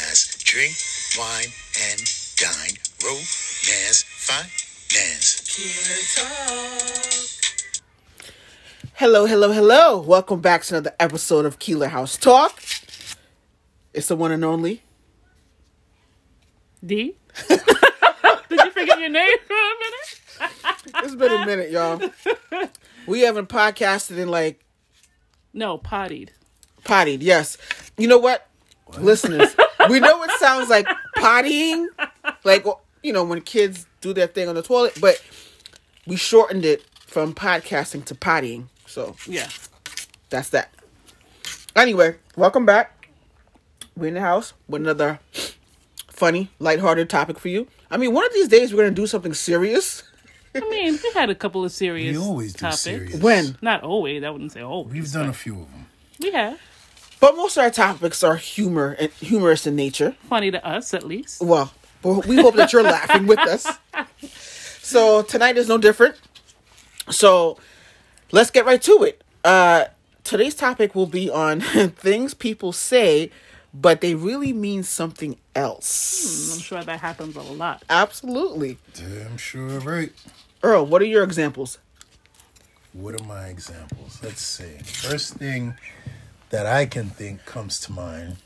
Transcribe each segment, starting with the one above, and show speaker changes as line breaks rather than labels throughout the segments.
drink, wine, and dine. Romance, finance.
Hello, hello, hello. Welcome back to another episode of Keeler House Talk. It's the one and only.
D? Did you forget your name for a minute?
It's been a minute, y'all. We haven't podcasted in like
No, pottied.
pottied. Yes. You know what? Listeners, we know it sounds like pottying, like, you know, when kids do their thing on the toilet, but we shortened it from podcasting to pottying. So
Yeah.
that's that. Anyway, welcome back. We're in the house with another funny, lighthearted topic for you. I mean, one of these days we're gonna do something serious.
I mean, we had a couple of serious
We always do
topics.
serious.
When?
Not always. I wouldn't say always.
We've done a few of them.
We have.
But most of our topics are humor and humorous in nature.
Funny to us, at least.
Well, but we hope that you're laughing with us. So tonight is no different. So let's get right to it. Uh, today's topic will be on things people say, but they really mean something else.
I'm sure that happens a lot.
Absolutely.
Damn sure right.
Earl, what are your examples?
What are my examples? Let's see. First thing that I can think comes to mind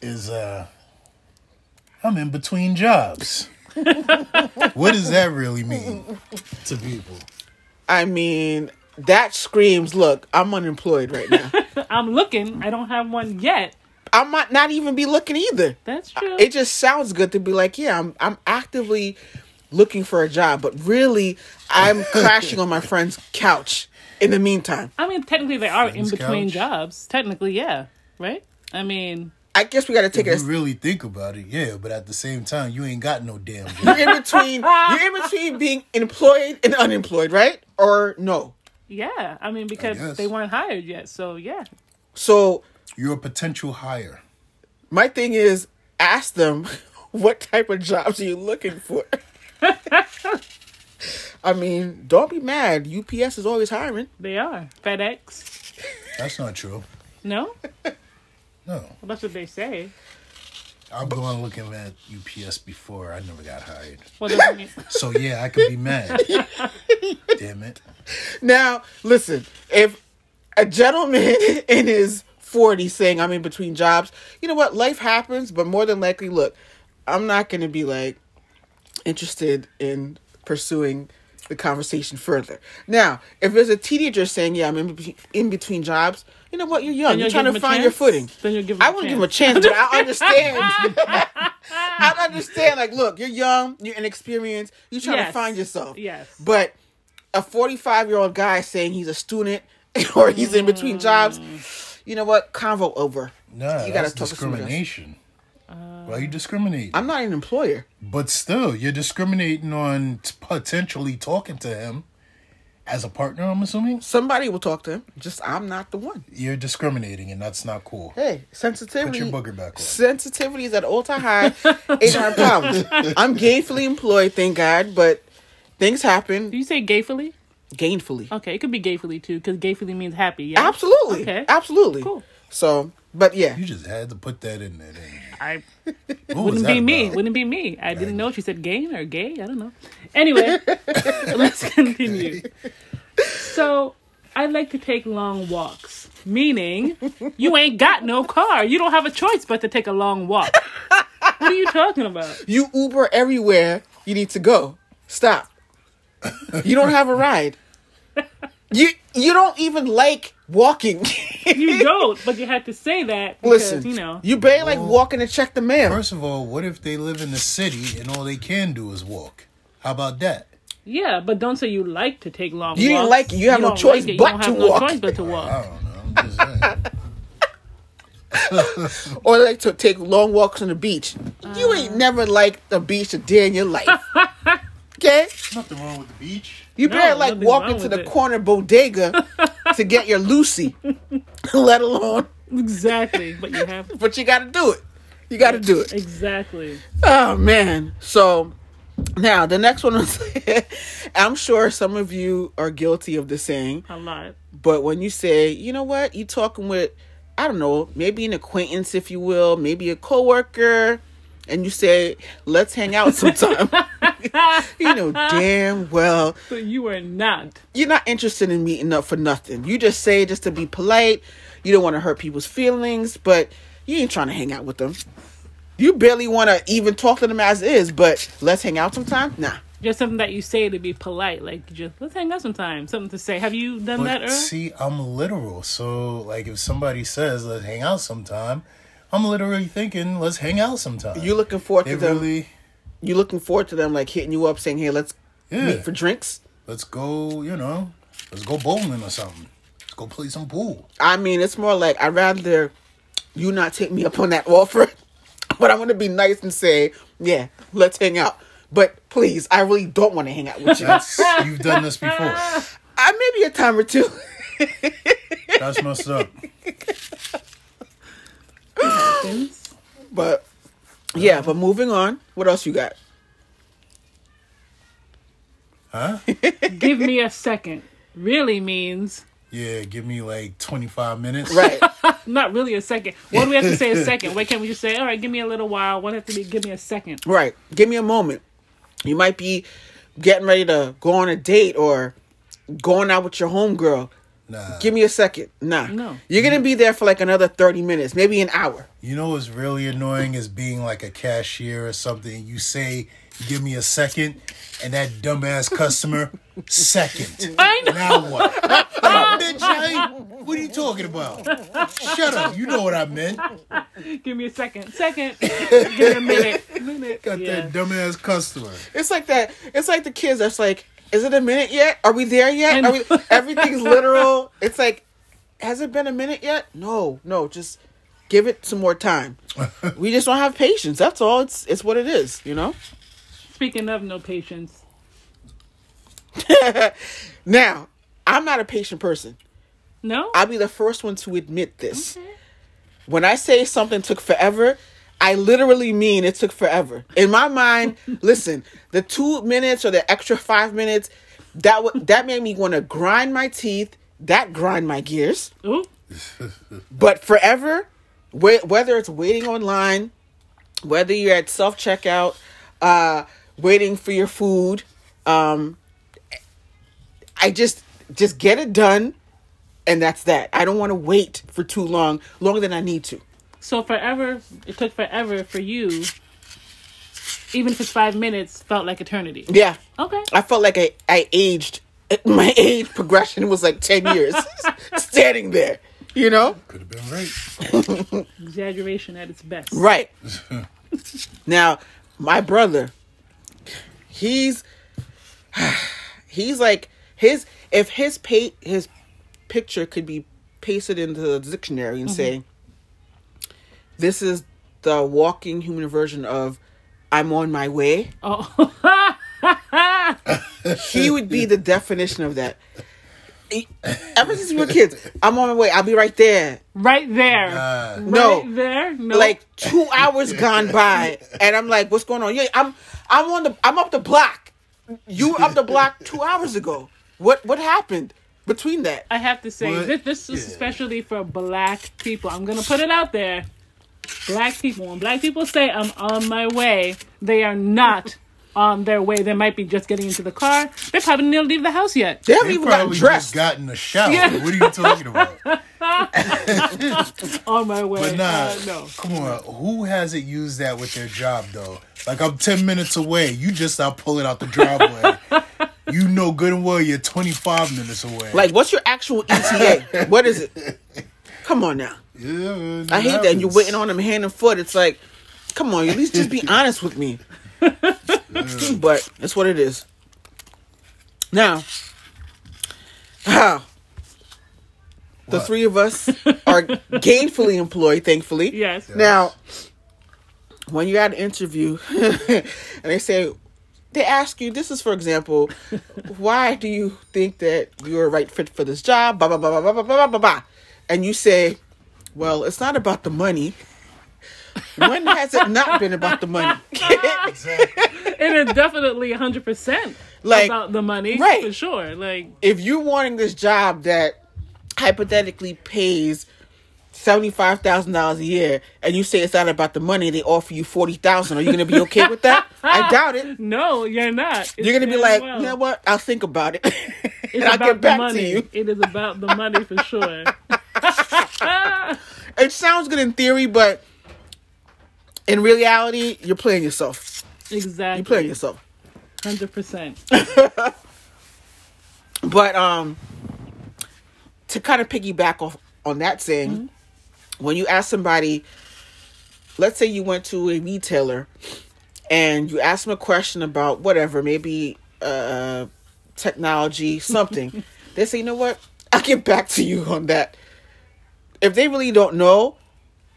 is uh I'm in between jobs. what does that really mean to people?
I mean, that screams, look, I'm unemployed right now.
I'm looking. I don't have one yet.
I might not even be looking either.
That's true.
It just sounds good to be like, yeah, I'm I'm actively looking for a job, but really I'm crashing on my friend's couch in the meantime.
I mean, technically, they are in
Friends
between
couch.
jobs. Technically, yeah. Right? I mean,
I guess we gotta take it
If
as
you really think about it, yeah, but at the same time, you ain't got no damn job.
you're in between you're in between being employed and unemployed, right? Or no.
yeah. I mean, because
guess.
they weren't hired yet. So, yeah.
So
You're a potential hire.
my thing is ask them what type of jobs are you looking for? I mean, don't be mad. UPS is always hiring.
They are. FedEx.
That's not true.
No?
No.
Well, that's what they say.
I'm going looking at UPS before I never got hired.
Well, doesn't mean-
So yeah, I could be mad. Damn it.
Now, listen, if a gentleman in his 40s saying I'm in between jobs, you know what? Life happens, but more than likely, look, I'm not going to be like interested in pursuing the conversation further. Now, if there's a teenager saying, "Yeah, I'm in, be- in between jobs," you know what? You're young.
Then
You're
you'll
trying
give
to
him a
find your
chance?
footing.
Then you'll give him
I
a
wouldn't
chance.
give him a chance, but I understand. I understand. Like, look, you're young. You're inexperienced. You're trying to
Yes.
find yourself.
Yes.
But a 45 year old guy saying he's a student or he's in between
Mm.
jobs, you know what? Convo over.
No,
You gotta
that's
talk to somebody else.
discrimination. Why you discriminate?
I'm not an employer.
But still, you're discriminating on t- potentially talking to him as a partner. I'm assuming
Somebody will talk to him. Just I'm not the one.
you're discriminating, and that's not cool.
Hey, sensitivity.
Put your booger back on.
Sensitivity is at all time high. Ain't our problem. I'm gainfully employed, thank God, but things
Do
happen
you say gayfully?
gainfully.
Okay, it could be gayfully too, because gayfully means happy. Yeah,
Absolutely.
Okay.
Absolutely.
Cool.
So, but yeah.
You just had to put that in there. didn't you?
I
What was
wouldn't
that
be me.
about?
Wouldn't be me. I didn't know if she said gay or gay. I don't know. Anyway, let's continue. So I like to take long walks, meaning you ain't got no car. You don't have a choice but to take a long walk. What are you talking about?
You Uber everywhere you need to go. Stop. You don't have a ride. You you don't even like walking.
You don't, but you had to say that because
Listen,
you know.
you barely like walking to check the mail.
First of all, what if they live in the city and all they can do is walk? How about that?
Yeah, but don't say you like to take long
You
walks.
didn't like it. You have no
don't
choice
it. You
but
don't
to
have no
walk.
choice but to walk.
I don't know. I'm just saying.
Or like to take long walks on the beach.
Uh.
You ain't never liked the beach a day in your life. Okay?
Nothing wrong with the beach.
You
No,
better like
nothing's
walking
wrong
to
with
the
it.
corner bodega to get your Lucy. Let alone
Exactly. But you have
but you gotta do it. You gotta do it.
exactly.
Oh man. So now the next one was I'm sure some of you are guilty of the saying,
A lot.
but when you say, you know what, you talking with I don't know, maybe an acquaintance, if you will, maybe a coworker, and you say, "Let's hang out sometime." you know damn well
So you are not.
you're not interested in meeting up for nothing. You just say it just to be polite. You don't want to hurt people's feelings, but you ain't trying to hang out with them. You barely want to even talk to them as is, but let's hang out sometime? Nah.
Just something that you say to be polite, like you just let's hang out sometime. Something to say. Have you done that?
But
Earl?
see, I'm literal. So, like, if somebody says, let's hang out sometime, I'm literally thinking, let's hang out sometime.
You looking forward to
It
them.
really,
You looking forward to them like hitting you up saying, "Hey, let's
yeah.
meet for drinks."
let's go, you know, let's go bowling or something. Let's go play some pool.
I mean, it's more like I'd rather you not take me up on that offer, but I want to be nice and say, "Yeah, let's hang out." But please, I really don't want to hang out with you.
That's you've done this before.
I maybe a time or two.
That's messed up.
Things?
But yeah, but moving on. What else you got?
Huh?
Give me a second. Really means
Yeah, give me like 25 minutes.
Right.
not really a second. Why do we have to say a second? Why can't we just say, all right, give me a little while? Why do it have to be give me a second?
right. Give me a moment. You might be getting ready to go on a date or going out with your homegirl.
Nah.
Give me a second. Nah.
No.
You're going to be there for like another 30 minutes, maybe an hour.
You know what's really annoying is being like a cashier or something. You say, give me a second, and that dumbass customer, second.
I know.
Now what? Like, bitch, I ain't- what are you talking about? Shut up. You know what I meant.
Give me a second. Second. give me a minute. minute.
Got
Yeah.
that dumbass customer.
It's like that. It's like the kids that's like, is it a minute yet? Are we there yet?
And-
Are we, everything's literal. It's like, has it been a minute yet? No, no. Just give it some more time. we just don't have patience. That's all. It's it's what it is. You know.
Speaking of no patience,
Now, I'm not a patient person.
no?
I'll be the first one to admit this. When I say something took forever, I literally mean it took forever. In my mind, listen, the two minutes or the extra five minutes, that w- that made me want to grind my teeth. That grind my gears.
Ooh.
But forever, wh- whether it's waiting online, whether you're at self checkout, uh, waiting for your food, um, I just just get it done, and that's that. I don't want to wait for too long, longer than I need to.
So forever, it took forever for you, even if it's five minutes, felt like eternity.
Yeah,
Okay.
I felt like I I aged. My age progression was like ten years, standing there. You know.
Could have been right.
Exaggeration at its best.
Right. now, my brother, he's he's like his if his pa- his picture could be pasted into the dictionary and say this is the walking human version of I'm on my way.
Oh.
He would be the definition of that. He- Ever since we were kids, I'm on my way. I'll be right there.
right there.
Uh,
No.
Right there. No.
like two hours gone by, and I'm like, "What's going on?" Yeah, I'm I'm on the I'm up the block. You were up the block two hours ago. What what happened between that?
I have to say
What?
this, this is
Yeah.
especially for black people. I'm gonna put it out there. Black people, when black people say I'm on my way, they are not on their way. They might be just getting into the car. They probably didn't leave the house yet.
They haven't
they
even gotten
probably
dressed.
just got in the shower.
Yeah.
What are you talking about?
On my way.
But nah,
Uh, no.
come on. Who hasn't used that with their job though? Like I'm ten minutes away. You just out pulling out the driveway. you know good and well you're twenty five minutes away.
like, what's your actual ETA? what is it? Come on now.
Yeah,
I hate that you're waiting on them hand and foot. It's like, come on, at least just be honest with me. but that's what it is. Now, how the
What?
three of us are gainfully employed, thankfully.
Yes.
Now, when you're at an interview and they say, they ask you, this is for example, why do you think that you're a right fit for this job? Blah, blah, blah, blah, blah, blah, blah, blah, blah. And you say, well, it's not about the money. When has it not been about the money?
Exactly.
It is definitely 100%
Like,
about the money.
right.
For sure. Like,
if you're wanting this job that hypothetically pays $75,000 a year and you say it's not about the money, they offer you 40000 Are you going to be okay with that? I doubt it.
No, you're not. It's
You're going to be
very
like,
well.
you know what? I'll think about it. and
It's
I'll
about
get
the
back
money.
to you.
It is about the money for sure.
It sounds good in theory, but in reality, you're playing yourself. You're playing
Exactly.
yourself.
Hundred percent.
But um to kind of piggyback off on that thing, when you ask somebody, let's say you went to a retailer and you ask them a question about whatever, maybe uh technology, something, they say, you know what? I'll get back to you on that. If they really don't know,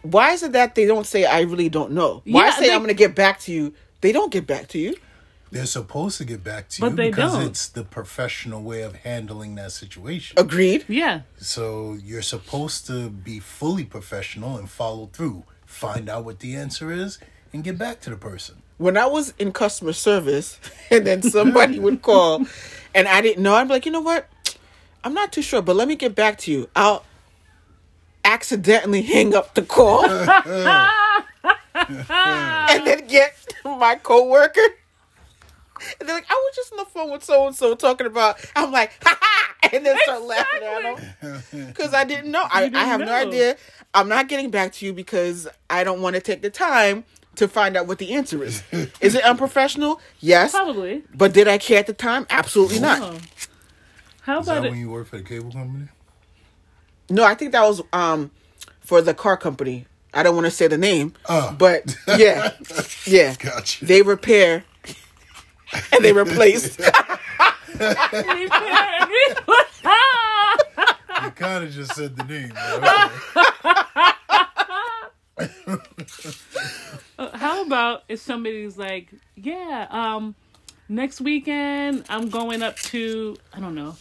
why is it that they don't say I really don't know? Why
Yeah,
say
they-
I'm gonna get back to you? They don't get back to you.
They're supposed to get back to
But
you
they
because
don't.
it's the professional way of handling that situation.
Agreed.
Yeah.
So you're supposed to be fully professional and follow through. Find out what the answer is and get back to the person.
when I was in customer service and then somebody would call and I didn't know, I'd be like, you know what? I'm not too sure, but let me get back to you. I'll accidentally hang up the call and then get my coworker. And they're like, I was just on the phone with so and so talking about. I'm like, ha ha, and then start laughing at them because I didn't know. I,
didn't
I have no
know.
idea. I'm not getting back to you because I don't want to take the time to find out what the answer is. is it unprofessional? Yes.
Probably.
But did I care at the time? Absolutely not.
Oh. How
Is that
about
when
it?
you work for the cable company?
No, I think that was um for the car company. I don't want to say the name,
Oh.
but yeah, yeah.
Gotcha.
They repair and they replace.
Ah!
You kind of just said the name. but okay.
How about if somebody's like, yeah, um, next weekend I'm going up to I don't know,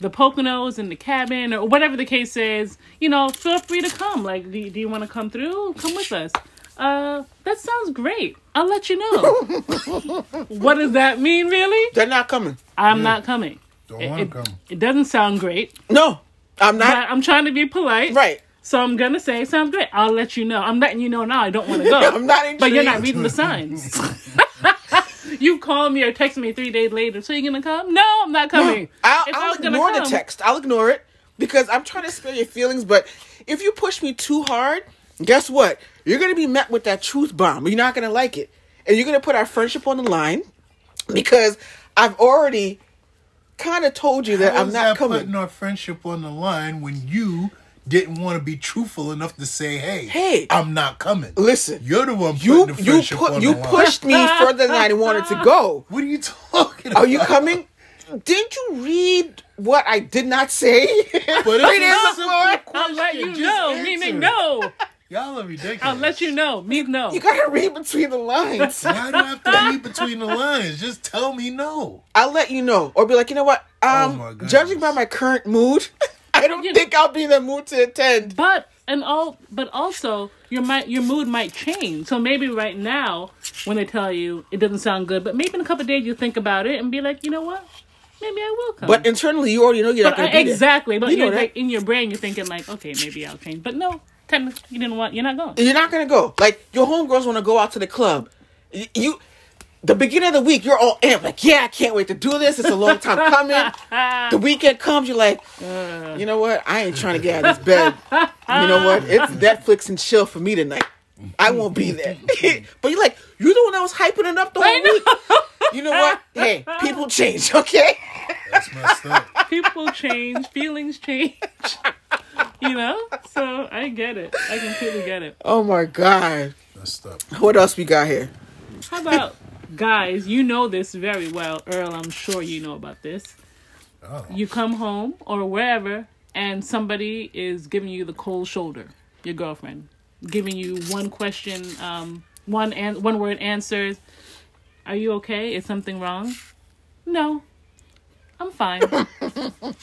the Poconos in the cabin or whatever the case is. You know, feel free to come. Like, do, do you want to come through? Come with us. Uh, that sounds great. I'll let you know. what does that mean, really?
They're not coming.
I'm not coming.
Don't
It,
want
it,
to come.
it doesn't sound great,
No, I'm
but
not.
I'm trying to be polite.
Right.
So I'm gonna say sounds great. I'll let you know. I'm letting you know now. I don't want to go.
I'm not intrigued.
But you're not reading the signs. you call me or text me three days later. So you're gonna come? No, I'm not coming.
I'll,
If I
I'll
was gonna
ignore the
come-
text. I'll ignore it because I'm trying to spare your feelings. But if you push me too hard, guess what? You're going to be met with that truth bomb. You're not going to like it. And you're going to put our friendship on the line because I've already kind of told you that
How
I'm
is
not
that
coming.
putting our friendship on the line when you didn't want to be truthful enough to say, "Hey,
Hey.
I'm not coming."
Listen,
you're the one putting
You
the
you
friendship
put
on
you
the line.
pushed me further than I wanted to go.
What are you talking about?
Are you coming? Didn't you read what I did not say?
But
Read it
it's a
before.
simple
I'll let you
question. Just
know.
answer
Meaning
it.
no.
Y'all are ridiculous.
I'll let you know. Means no.
You gotta read between the lines.
Why do I have to read between the lines? Just tell me no.
I'll let you know, or be like, you know what?
Oh
Um,
my goodness.
judging by my current mood, I don't
You know-
think I'll be in the mood to attend.
But and all, but also your might your mood might change. So maybe right now, when they tell you it doesn't sound good, but maybe in a couple of days you think about it and be like, you know what? Maybe I will come.
But internally, you already know you're not
But
gonna
I,
be there.
exactly. But
You know
you are
that.
like in your brain, you're thinking like, okay, maybe I'll change. But no, technically, you didn't want. You're not going.
You're not gonna go. Like your homegirls want to go out to the club. Y- You, the beginning of the week, you're all amped. Like, yeah, I can't wait to do this. It's a long time coming. the weekend comes, you're like, you know what? I ain't trying to get out of this bed. you know what? It's Netflix and chill for me tonight. I won't be there. but you're like, you're the one that was hyping it up the whole week. You know what? Hey, people change, okay?
That's messed up.
People change. feelings change. you know. So I get it. I completely get it.
Oh my god.
Messed up.
What else we got here?
How about guys? You know this very well, Earl. I'm sure you know about this.
Oh.
You come home or wherever, and somebody is giving you the cold shoulder. Your girlfriend giving you one question, um, one an- one word answers. Are you okay? Is something wrong? No, I'm fine.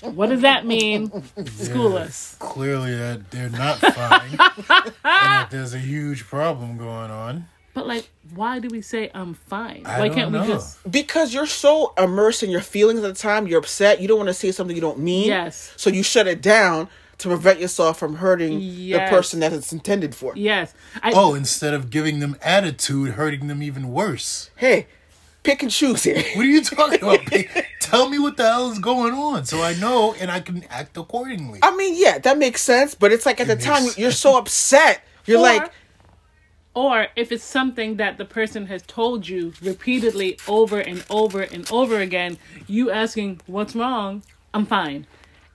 what does that mean? School us.
Clearly, that they're not fine, and that there's a huge problem going on.
But like, why do we say I'm fine?
I
why
don't
can't
know.
we just?
because you're so immersed in your feelings at the time you're upset you don't want to say something you don't mean
Yes.
so you shut it down to prevent yourself from hurting
Yes.
the person that it's intended for.
Yes. I,
Oh, instead of giving them attitude, hurting them even worse.
Hey, pick and choose here.
What are you talking about? babe? Tell me what the hell is going on so I know and I can act accordingly.
I mean, yeah, that makes sense, but it's like at the
makes
time you're so upset. You're
Or-
like,
or if it's something that the person has told you repeatedly over and over and over again, you asking, What's wrong? I'm fine.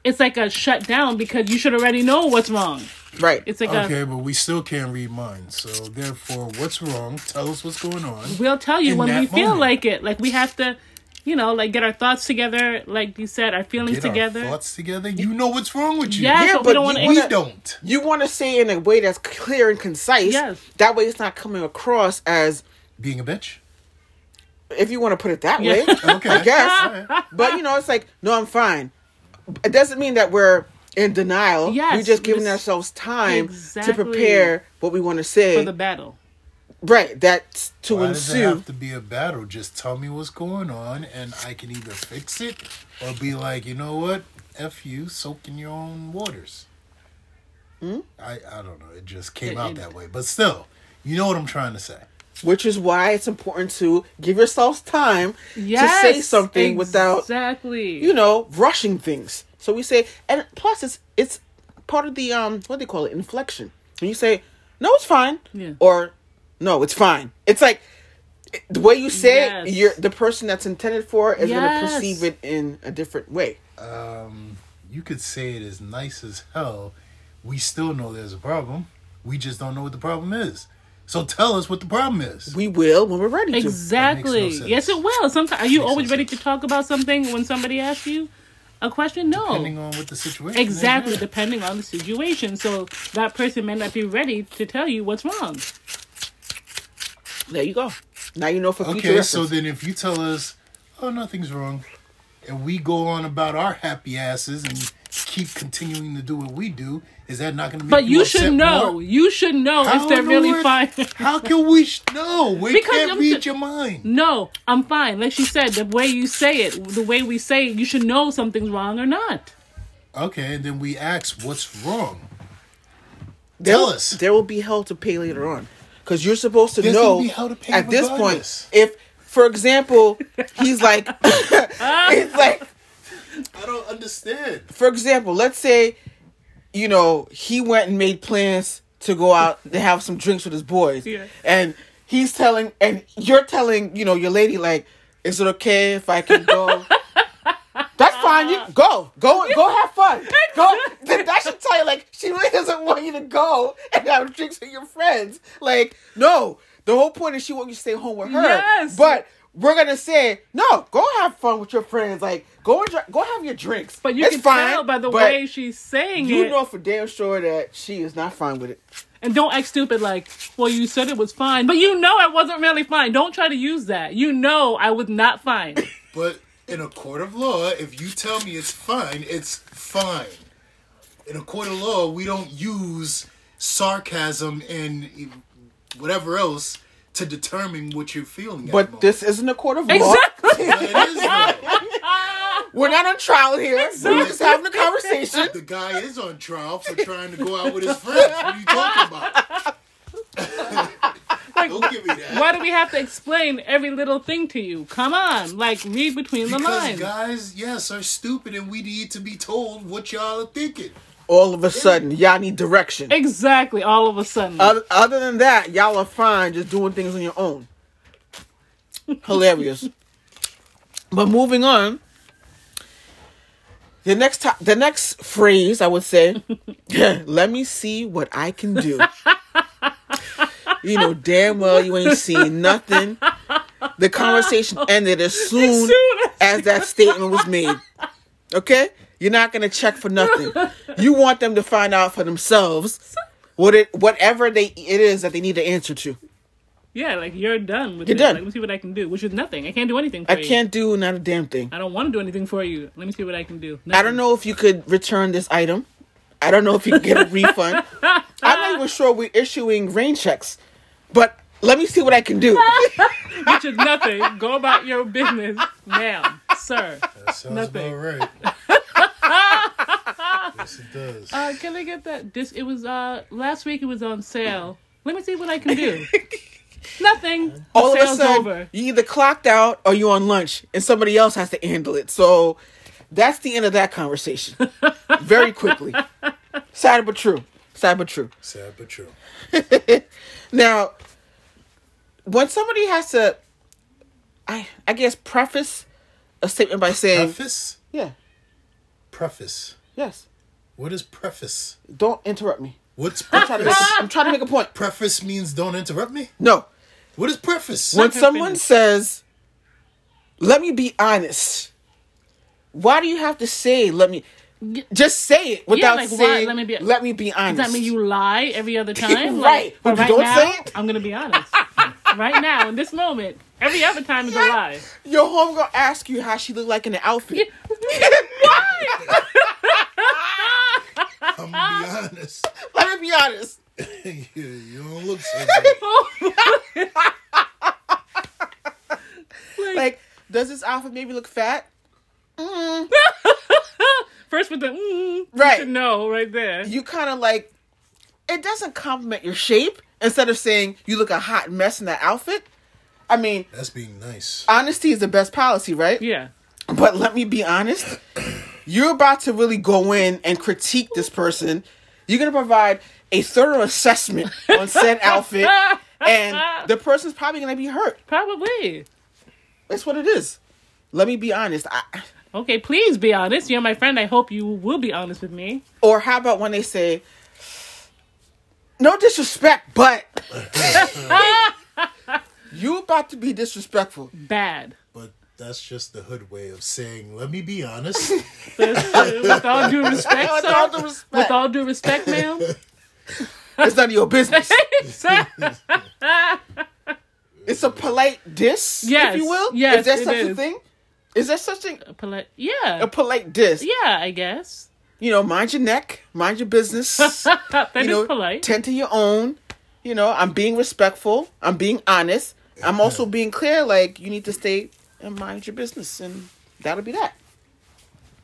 It's like a shutdown because you should already know what's wrong.
right.
It's like a
Okay, but we still can't read minds. So therefore, what's wrong? Tell us what's going on.
we'll tell you
In
when we
that
feel
moment.
like it. Like we have to, you know, like get our thoughts together, like you said, our feelings
Get
together.
our thoughts together. You know what's wrong with you.
Yes,
Yeah,
but
but
we don't want
you-
we
to.
don't.
you want to say in a way that's clear and concise.
Yes.
That way it's not coming across as,
Being a bitch.
if you want to put it that
Yeah.
way.
Okay.
I guess.
All right.
But, you know, it's like, no, I'm fine. It doesn't mean that we're in denial.
Yes,
We're just giving
it's-
ourselves time
Exactly.
to prepare what we want to say.
For the battle.
right. That's to
Why does it
ensue.
have to be a battle? Just tell me what's going on, and I can either fix it or be like, you know what? F you, soak in your own waters. I, I don't know. It just came
Hmm? It-
out
it-
that way. But still, you know what I'm trying to say.
which is why it's important to give yourselves time
Yes.
to say something without
Exactly.
you know rushing things so we say and plus it's it's part of the um what do they call it inflection when you say no it's fine
Yeah.
or no it's fine it's like it- the way you say
Yes.
it you're the person that's intended for is going to
Yes.
perceive it in a different way
You could say it as nice as hell. We still know there's a problem. We just don't know what the problem is. So tell us what the problem is.
we will when we're ready to
Exactly.
sense.
yes, it will. Sometimes are you
no
always ready
sense.
to talk about something when somebody asks you a question? No.
Depending on what the situation is,
exactly,
yeah.
depending on the situation. So that person may not be ready to tell you what's wrong.
there you go now you know for future
Okay, so
reference.
then if you tell us, oh, nothing's wrong, and we go on about our happy asses and keep continuing to do what we do, is that not going to make
But you
upset
should know.
more?
You should know
How
if they're
in the
really
world-
fine.
How can we sh- know? We
Because
can't
I'm
read
ju-
your mind.
no, I'm fine. Like she said, the way you say it, the way we say it, you should know something's wrong or not.
Okay, and then we ask, what's wrong?
There-
Tell us.
There will be hell to pay later on. Because you're supposed to
There's
know
gonna be hell to pay
at this
regardless.
point. If, for example, he's like, it's like,
I don't understand.
for example, let's say, you know, he went and made plans to go out to have some drinks with his boys.
Yeah.
And he's telling, and you're telling, you know, your lady, like, is it okay if I can go? That's fine. You go, go, go have fun. Go. Then that should tell you like she really doesn't want you to go and have drinks with your friends. Like no, the whole point is she wants you to stay home with her.
Yes.
But we're gonna say no. Go have fun with your friends. Like go enjoy, go have your drinks.
But you
It's
can tell by the
but
way she's saying
You
it.
know for damn sure that she is not fine with it.
And don't act stupid like, well, you said it was fine, but you know it wasn't really fine. Don't try to use that. You know I was not fine.
But in a court of law, if you tell me it's fine, it's fine. In a court of law, we don't use sarcasm and whatever else to determine what you're feeling. at the
But
moment.
this isn't a court of law.
exactly.
But it is though.
We're not on trial here. We're just having a conversation.
the guy is on trial for trying to go out with his friends. What are you talking about? don't give me that.
Why do we have to explain every little thing to you? Come on, like read between the
Because
lines.
guys, yes, are stupid, and we need to be told what y'all are thinking.
All of a sudden, y'all need direction.
exactly. All of a sudden,
Other, other than that, y'all are fine just doing things on your own. Hilarious. but moving on, the next to- the next phrase I would say, "Let me see what I can do." you know damn well you ain't seen nothing. The conversation ended as soon as that statement was made. Okay? You're not gonna check for nothing. You want them to find out for themselves what it whatever they it is that they need an answer to.
yeah, like you're done with
You're
it.
done.
Like, let me see what I can do, which is nothing. I can't do anything. For
I
you.
can't do not a damn thing.
I don't want to do anything for you. Let me see what I can do.
I don't know if you could return this item. I don't know if you can get a refund. I'm not even sure we're issuing rain checks. But let me see what I can do.
Which is nothing. Go about your business, ma'am, sir.
That sounds
Nothing.
about right. Yes, it does.
Uh, can I get that? This it was uh last week. It was on sale. Let me see what I can do. Nothing. The
All of a
sale's
sudden,
over.
you either clocked out or you're on lunch, and somebody else has to handle it. So that's the end of that conversation. Very quickly. Sad but true. Sad but true.
Sad but true.
Now, when somebody has to, I I guess preface a statement by saying,
Preface.
yeah,
Preface.
yes,
What is preface?
don't interrupt me.
What's
I'm trying to make
preface?
Ah!
a- I'm trying to make a point.
preface means don't interrupt me.
No,
What is preface?
when
her
someone
finish.
says, "Let me be honest," why do you have to say "Let me"? Just say it without
like, why?
saying
Let me be-
Let me be honest."
Does that mean you lie every other time?
Right.
but
But you don't
now,
say it?
I'm gonna be honest. right now, in this moment, every other time is a lie.
Your homegirl ask you how she looked like in the outfit.
I'm gonna be honest.
Let me be honest.
you, you don't look so good.
like,
Like, does this outfit maybe look fat?
first with the mm,
Right.
right, no, right there.
you kind of like it doesn't compliment your shape instead of saying you look a hot mess in that outfit i mean
That's being nice.
honesty is the best policy right
yeah,
but let me be honest you're about to really go in and critique this person you're going to provide a thorough assessment on said outfit and the person's probably going to be hurt
probably.
that's what it is let me be honest I,
Okay, please be honest. You're my friend. I hope you will be honest with me.
or how about when they say no disrespect but you about to be disrespectful
Bad.
But that's just the hood way of saying, let me be honest.
with all due respect,
With
sir.
all due respect.
With all due respect, ma'am.
It's none of your business.
Sir.
It's a polite diss,
Yes,
if you will.
yes,
is there
it
such a
is.
thing? Is there such a,
Polite.
a
Yeah.
polite diss?
Yeah, I guess.
You know, mind your neck, mind your business.
That is
you know,
polite.
tend to your own. You know, I'm being respectful. I'm being honest. I'm also being clear. Like you need to stay and mind your business, and that'll be that.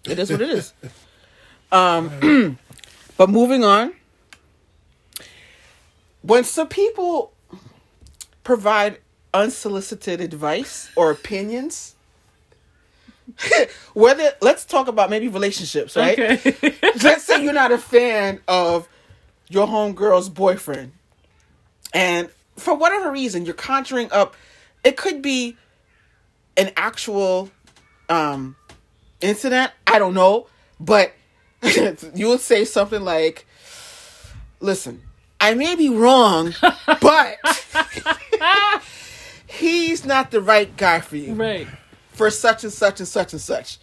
It is what it is. Um, but moving on. When some people provide unsolicited advice or opinions, whether let's talk about maybe relationships, right?
Okay.
let's say you're not a fan of your homegirl's boyfriend, and for whatever reason, you're conjuring up. It could be an actual um, incident. I don't know, but you would say something like, "Listen, I may be wrong, but." He's not the right guy for you
right.
for such and such and such and such.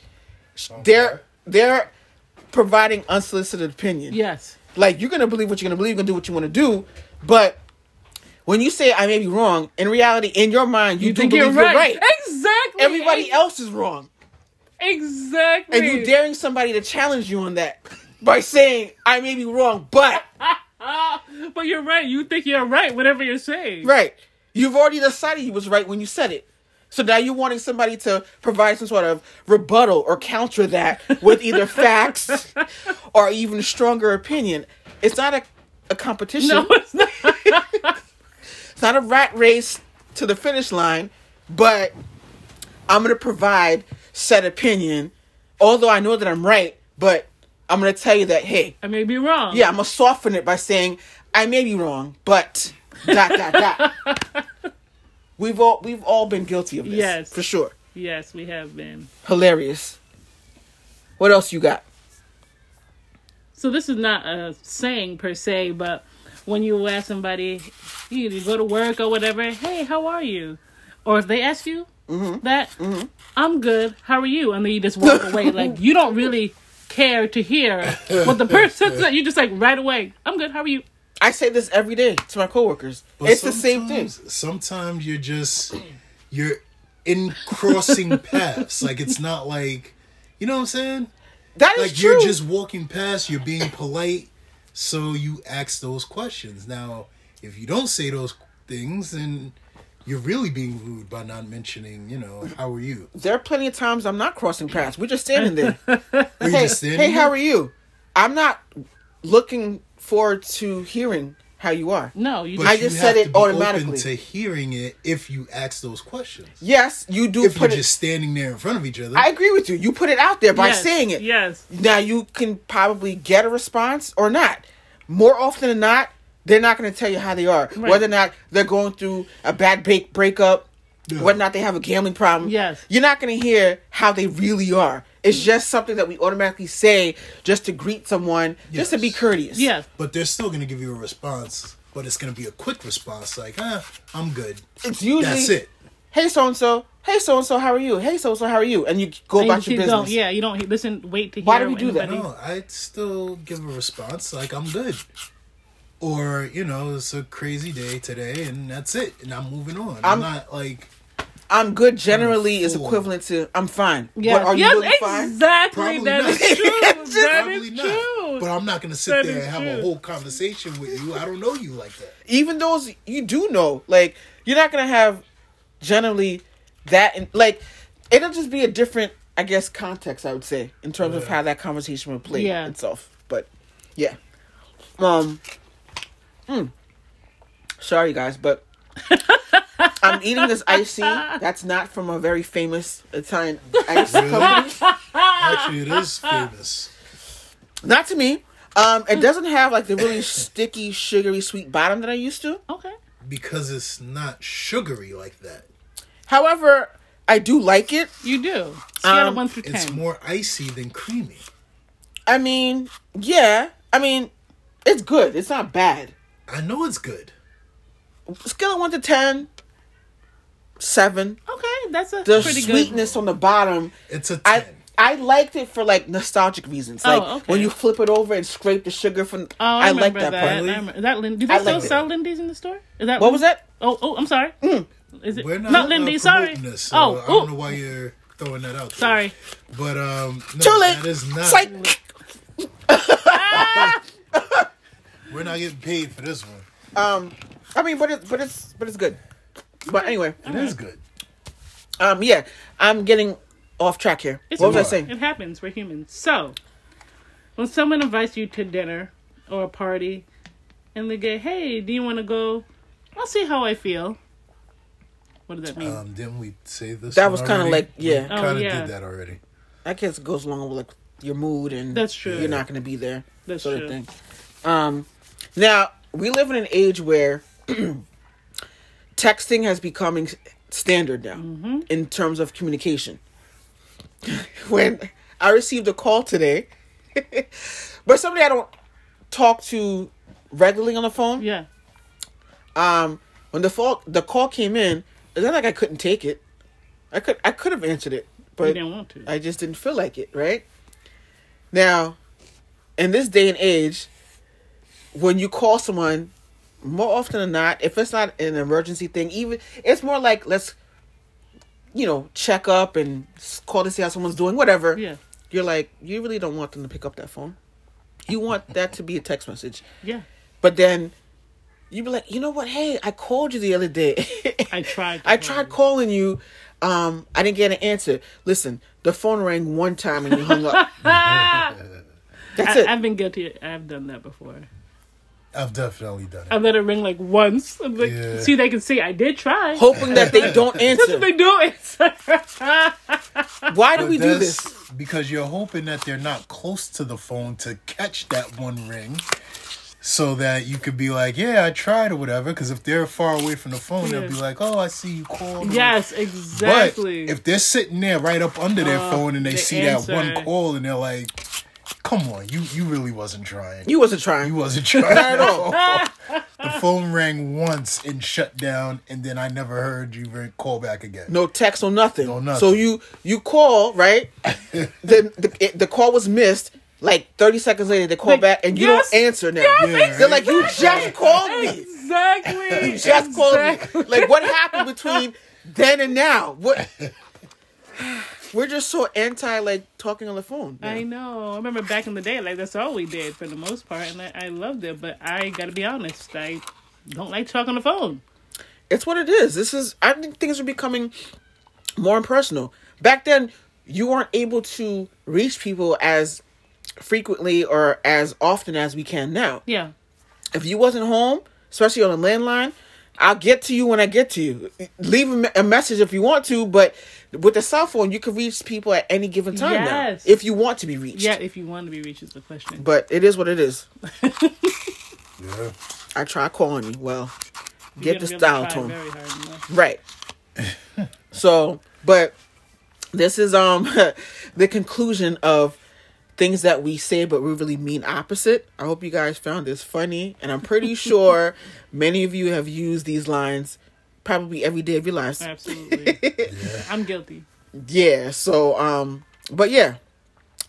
They're they're providing unsolicited opinion.
Yes.
Like you're gonna believe what you're gonna believe, you're gonna do what you wanna do, but when you say I may be wrong, in reality, in your mind, you, do
Think
believe
you're right.
you're right.
Exactly.
Everybody else is wrong,
Exactly.
and you daring somebody to challenge you on that by saying I may be wrong, but
Ah, But you're right. You think you're right, whatever you're saying.
right, you've already decided you was right when you said it. So now you're wanting somebody to provide some sort of rebuttal or counter that with either facts or even stronger opinion. It's not a, a competition.
No, it's not.
It's not a rat race to the finish line, but I'm going to provide said opinion, although I know that I'm right, but I'm going to tell you that, hey,
I may be wrong.
yeah, I'm going to soften it by saying, I may be wrong, but dot, dot, dot. We've all, we've all been guilty of this.
Yes.
For sure.
Yes, we have been.
Hilarious. What else you got?
So this is not a saying per se, but when you ask somebody, you either go to work or whatever, hey, how are you? Or if they ask you
Mm-hmm.
that, I'm good, how are you? And then you just walk away. Like you don't really care to hear what the person said. You just like right away, I'm good, how are you?
I say this every day to my coworkers.
But
it's the same thing.
sometimes- Sometimes you're just you're in crossing paths. Like it's not like you know what I'm saying?
That is
Like
true.
you're just walking past, you're being polite, so you ask those questions. Now, if you don't say those things, then you're really being rude by not mentioning, you know, how are you?
there are plenty of times I'm not crossing paths. We're just standing there.
Or you
hey,
just
hey,
standing
how
there?
are you? I'm not looking forward to hearing how you are.
No, you
But
I
just,
you
just
have
said
to
it
be
automatically.
Open to hearing it if you ask those questions.
Yes, you do
If you're
put it.
just standing there in front of each other,
I agree with you. You put it out there by
yes,
saying it.
Yes.
Now you can probably get a response or not. More often than not, they're not going to tell you how they are,
Right.
whether or not they're going through a bad break breakup, whether or not they have a gambling problem.
Yes. Mm.
you're not going to hear how they really are. It's just something that we automatically say just to greet someone, just to be
Yes.
courteous.
Yes.
but they're still going to give you a response, but it's going to be a quick response like, ah, I'm good.
it's usually
That's it.
Hey, so and so. Hey, so and so. How are you? Hey, so and so. How are you? And you go
And you
about your
keep
business.
going. Yeah, you don't he- listen. Wait to hear.
Why do we do that?
anybody-
No, I'd still give a response like, I'm good. Or, you know, it's a crazy day today and that's it. And I'm moving on. I'm,
I'm-
not like,
I'm good. Generally, is
Fool.
equivalent to I'm fine.
Yes,
But are
yes,
you really fine?
exactly.
Probably
That
not.
is true. That
probably
is
not.
true.
But I'm not going to sit
That
there
is
and have
true.
a whole conversation with you. I don't know you like that.
even those you do know, like you're not gonna have generally that, and like it'll just be a different, I guess, context. I would say in terms of how that conversation would play
Yeah.
itself. But yeah, um, mm. sorry guys, but I'm eating this icy. That's not from a very famous Italian ice company.
Actually, it is famous.
Not to me. Um, it doesn't have like the really sticky, sugary, sweet bottom that I used to.
okay.
because it's not sugary like that.
However, I do like it.
You do. Scale
Um,
of one through
It's
ten.
more icy than creamy.
I mean, yeah. I mean, it's good. It's not bad.
I know it's good.
Scale of one to ten, seven.
okay, that's a
The
pretty
sweetness on the bottom.
It's a
I
ten.
I liked it for like nostalgic reasons. Like
Oh, okay.
when you flip it over and scrape the sugar from.
good. Oh, I,
I, like
remember
that,
that.
part.
I remember- Is that Lindy? Do
I
they still
liked it.
sell Lindy's in the store? Is that
What was that? Hmm.
Oh, oh, I'm sorry. Is it
We're not,
not Lindy?
uh,
sorry.
promoting This, so
oh,
I don't know
ooh.
why you're throwing that out. there.
Sorry.
but um, no,
Too late.
that is not.
It's like
we're not getting paid for this one.
um, I mean, but it's but it's but it's good. But anyway,
It is good.
um, yeah, I'm getting off track here.
It's
what was I
okay.
saying?
It happens. We're humans. So, when someone invites you to dinner or a party, and they go, "Hey, do you want to go?" I'll see how I feel. What does that mean?
Uh,
Um, didn't we say this?
That
one
was kinda
already?
like-
We
yeah.
Oh,
kind of
yeah.
did that already.
I guess it goes along with like your mood and
That's true.
You're not going to be there.
That's
sort of
true.
thing. Um, now we live in an age where texting has becoming standard now
Mm-hmm.
in terms of communication. when I received a call today, but somebody I don't talk to regularly on the phone.
yeah.
Um, when the fall, the call came in, it's not like I couldn't take it. I could I could have answered it, but
You didn't want to.
I just didn't feel like it, right? Now, in this day and age, when you call someone, more often than not, if it's not an emergency thing, even it's more like let's, you know, check up and s- call to see how someone's doing, whatever.
Yeah.
You're like, you really don't want them to pick up that phone. You want that to be a text message.
yeah.
But then you'd be like, you know what? Hey, I called you the other day.
I tried to
I
call
tried
you.
calling you. Um, I didn't get an answer. Listen, the phone rang one time and you hung up. That's
I,
it.
I've been guilty. I've done that before.
I've definitely done
I
it.
let it ring like once. I'm like,
Yeah.
see, they can see I did try.
Hoping that they don't answer.
they do answer.
Why do we do
That's
this?
because you're hoping that they're not close to the phone to catch that one ring. So that you could be like, yeah, I tried or whatever. Because if they're far away from the phone, they'll be
Yeah.
like, oh, I see you called. or
yes,
But
exactly. Uh,
if they're sitting there right up under their phone and they
the
see
answer.
that one call and they're like, "Come on, you you really wasn't trying. You,
You wasn't trying.
wasn't trying at all." the phone rang once and shut down, and then I never heard you ring, call back again.
No text or nothing.
No nothing.
So you you call right. the the, it, the call was missed. Like thirty seconds later, they call
Like,
back and you
yes,
don't answer now.
Yeah,
They're like, you just called me.
exactly.
You just called me. Like, what happened between then and now? What? We're just so anti like talking on the phone. now.
I know. I remember back in the day, like that's all we did for the most part, and I, I loved it. But I gotta be honest, I don't like talking on the phone.
It's what it is. This is. I think things are becoming more impersonal. Back then, you weren't able to reach people as frequently or as often as we can now.
Yeah.
If you wasn't home, especially on a landline, I'll get to you when I get to you. Leave a me- a message if you want to, but with the cell phone, you can reach people at any given time
Yes.
now if you want to be reached.
Yeah, if you want to be reached is the question.
But it is what it is.
Yeah.
I try calling you. Well,
You're
get
gonna
this
be able
dial
to
tone.
try very hard, you know.
Right. so, but this is um the conclusion of things that we say but we really mean opposite. I hope you guys found this funny and I'm pretty sure many of you have used these lines probably every day of your lives.
Absolutely. I'm guilty.
Yeah, so um but yeah.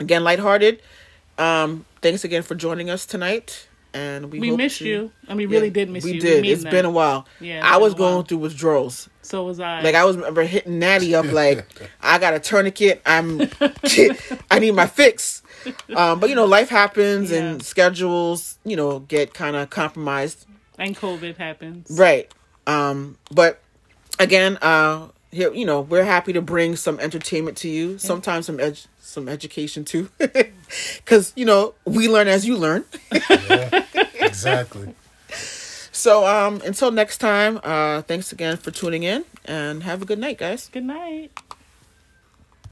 Again, lighthearted. Um thanks again for joining us tonight and we
We
hope
missed
to-
you. I mean, really did miss
we
you.
Did.
We mean
It's
that.
been a while.
Yeah, it's
I
been
was
a while.
going through withdrawals.
So was I.
Like I was remember hitting Natty up like I got a tourniquet. I'm I need my fix. Um, but you know, life happens and
Yeah.
schedules, you know, get kind of compromised.
and COVID happens.
Right. Um, but again, uh here, you know, we're happy to bring some entertainment to you, sometimes some ed- some education too. Cuz you know, we learn as you learn.
Exactly.
So um until next time, uh thanks again for tuning in and have a good night, guys.
Good night.